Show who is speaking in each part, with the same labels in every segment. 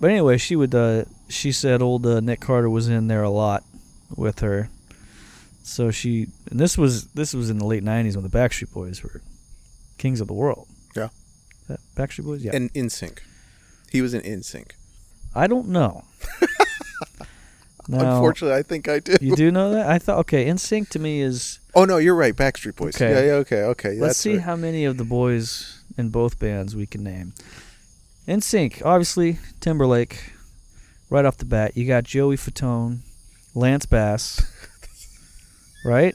Speaker 1: But anyway, she would. Uh, she said old uh, Nick Carter was in there a lot with her. So she, and this was this was in the late '90s when the Backstreet Boys were kings of the world.
Speaker 2: Yeah.
Speaker 1: That Backstreet Boys. Yeah.
Speaker 2: And in sync. He was in in sync.
Speaker 1: I don't know. now,
Speaker 2: Unfortunately, I think I do.
Speaker 1: you do know that? I thought okay. NSYNC to me is.
Speaker 2: Oh no, you're right. Backstreet Boys.
Speaker 1: Okay.
Speaker 2: Yeah, yeah, okay, okay.
Speaker 1: Let's
Speaker 2: that's
Speaker 1: see
Speaker 2: right.
Speaker 1: how many of the boys in both bands we can name. In sync, obviously Timberlake. Right off the bat, you got Joey Fatone, Lance Bass. right?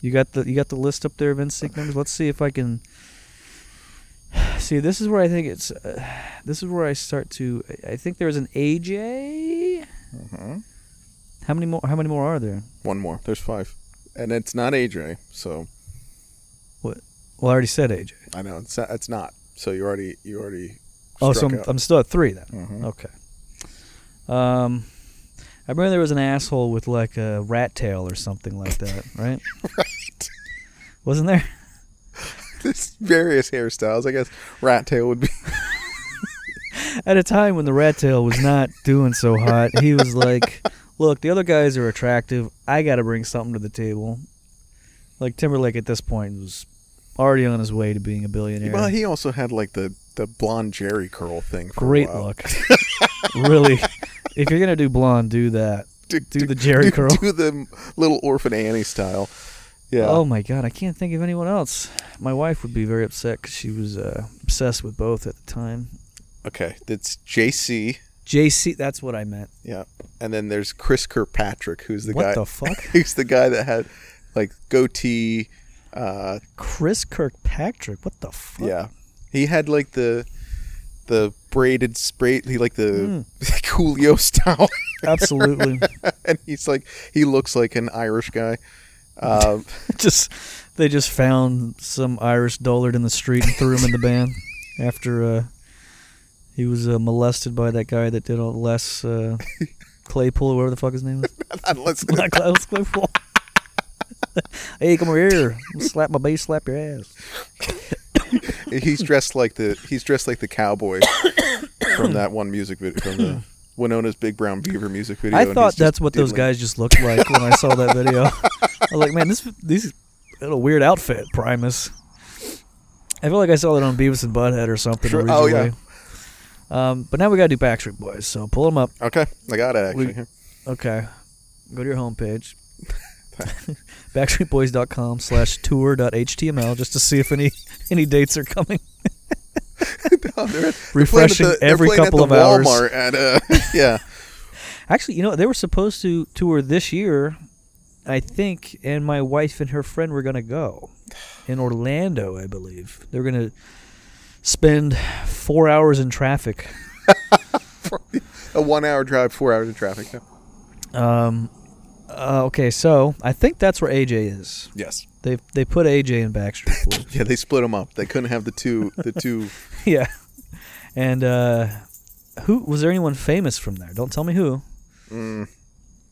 Speaker 1: You got the you got the list up there of NSYNC members. Let's see if I can. See, this is where I think it's. Uh, this is where I start to. I- I think there's an AJ.
Speaker 2: Mhm.
Speaker 1: How many more? How many more are there?
Speaker 2: One more. There's five, and it's not AJ. So
Speaker 1: Well, I already said AJ.
Speaker 2: I know it's not, it's not. So you already you already.
Speaker 1: Oh, so
Speaker 2: struck
Speaker 1: I'm,
Speaker 2: out.
Speaker 1: I'm still at three then.
Speaker 2: Mhm.
Speaker 1: Okay. Um, I remember there was an asshole with like a rat tail or something like that, right?
Speaker 2: right.
Speaker 1: Wasn't there?
Speaker 2: There's various hairstyles. I guess rat tail would be.
Speaker 1: At a time when the rat tail was not doing so hot, he was like, "Look, the other guys are attractive. I got to bring something to the table." Like Timberlake at this point was already on his way to being a billionaire.
Speaker 2: Well, he also had like the the blonde Jerry curl thing. For
Speaker 1: Great
Speaker 2: a while.
Speaker 1: look, really. If you're gonna do blonde, do that.
Speaker 2: Do,
Speaker 1: Do the Jerry
Speaker 2: do-
Speaker 1: curl.
Speaker 2: Do the little orphan Annie style. Yeah.
Speaker 1: Oh my god, I can't think of anyone else. My wife would be very upset 'cause she was uh, obsessed with both at the time.
Speaker 2: Okay. That's JC.
Speaker 1: JC, that's what I meant.
Speaker 2: Yeah. And then there's Chris Kirkpatrick, who's the
Speaker 1: what
Speaker 2: guy.
Speaker 1: the fuck?
Speaker 2: who's the guy that had like goatee. Uh,
Speaker 1: Chris Kirkpatrick. What the fuck?
Speaker 2: Yeah, he had like the the braided spray. He like the
Speaker 1: Hmm.
Speaker 2: Coolio style,
Speaker 1: Absolutely.
Speaker 2: and he's like he looks like an Irish guy. Um,
Speaker 1: just they just found some Irish dullard in the street and threw him in the band after uh, he was uh, molested by that guy that did all Les uh, Claypool, or whatever the fuck his name was.
Speaker 2: unless
Speaker 1: Not Klaus Claypool. hey, come over here. Slap my bass, slap your ass.
Speaker 2: he's dressed like the he's dressed like the cowboy from that one music video from the Winona's Big Brown Beaver music video. and
Speaker 1: I
Speaker 2: he's
Speaker 1: thought
Speaker 2: just
Speaker 1: that's what those
Speaker 2: diddling.
Speaker 1: guys just looked like when I saw that video. I was like, man, this these got a weird outfit, Primus. I feel like I saw that on Beavis and Butthead or something
Speaker 2: Sure. Oh,
Speaker 1: originally. Um, but now we gotta do Backstreet Boys, so pull them up.
Speaker 2: Okay, I got it actually.
Speaker 1: We-
Speaker 2: here.
Speaker 1: Okay, go to your homepage, backstreetboys.com slash tour.html, just to see if any any dates are coming.
Speaker 2: Oh, they're- they're playing at
Speaker 1: Refreshing
Speaker 2: the- they're
Speaker 1: every
Speaker 2: playing at
Speaker 1: couple of
Speaker 2: the
Speaker 1: hours.
Speaker 2: Walmart At, uh, yeah,
Speaker 1: Actually, you know, they were supposed to tour this year, I think, and my wife and her friend were going to go in Orlando, I believe. They're going to spend four hours in traffic.
Speaker 2: a one-hour drive, four hours of traffic. Yeah.
Speaker 1: Um, uh, okay, so I think that's where AJ is.
Speaker 2: Yes.
Speaker 1: They they put AJ in Backstreet Boys.
Speaker 2: Yeah, they split them up. They couldn't have the two the two
Speaker 1: yeah, and uh, who was there anyone famous from there? Don't tell me who,
Speaker 2: Mm,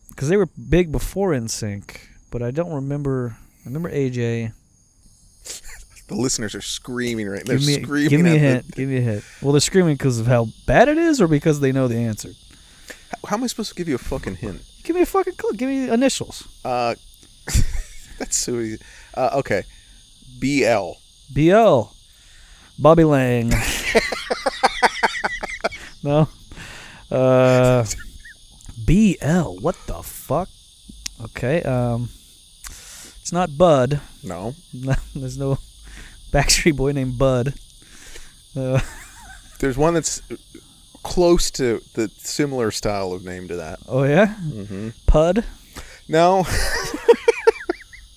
Speaker 1: because they were big before NSYNC, but I don't remember. I remember AJ.
Speaker 2: the listeners are screaming right. They're
Speaker 1: give me,
Speaker 2: screaming.
Speaker 1: give me
Speaker 2: at
Speaker 1: a
Speaker 2: the-
Speaker 1: hint. give me a hint. Well, they're screaming because of how bad it is, or because they know the answer.
Speaker 2: How am I supposed to give you a fucking hint?
Speaker 1: Give me a fucking clue. Give me initials.
Speaker 2: Uh, that's so easy. Uh, okay, BL.
Speaker 1: BL. Bobby Lang. no. Uh, BL. What the fuck? Okay. Um, it's not Bud.
Speaker 2: No,
Speaker 1: No, there's no Backstreet Boy named Bud. Uh,
Speaker 2: there's one that's close to the similar style of name to that.
Speaker 1: oh yeah.
Speaker 2: Mm-hmm.
Speaker 1: Pud.
Speaker 2: No,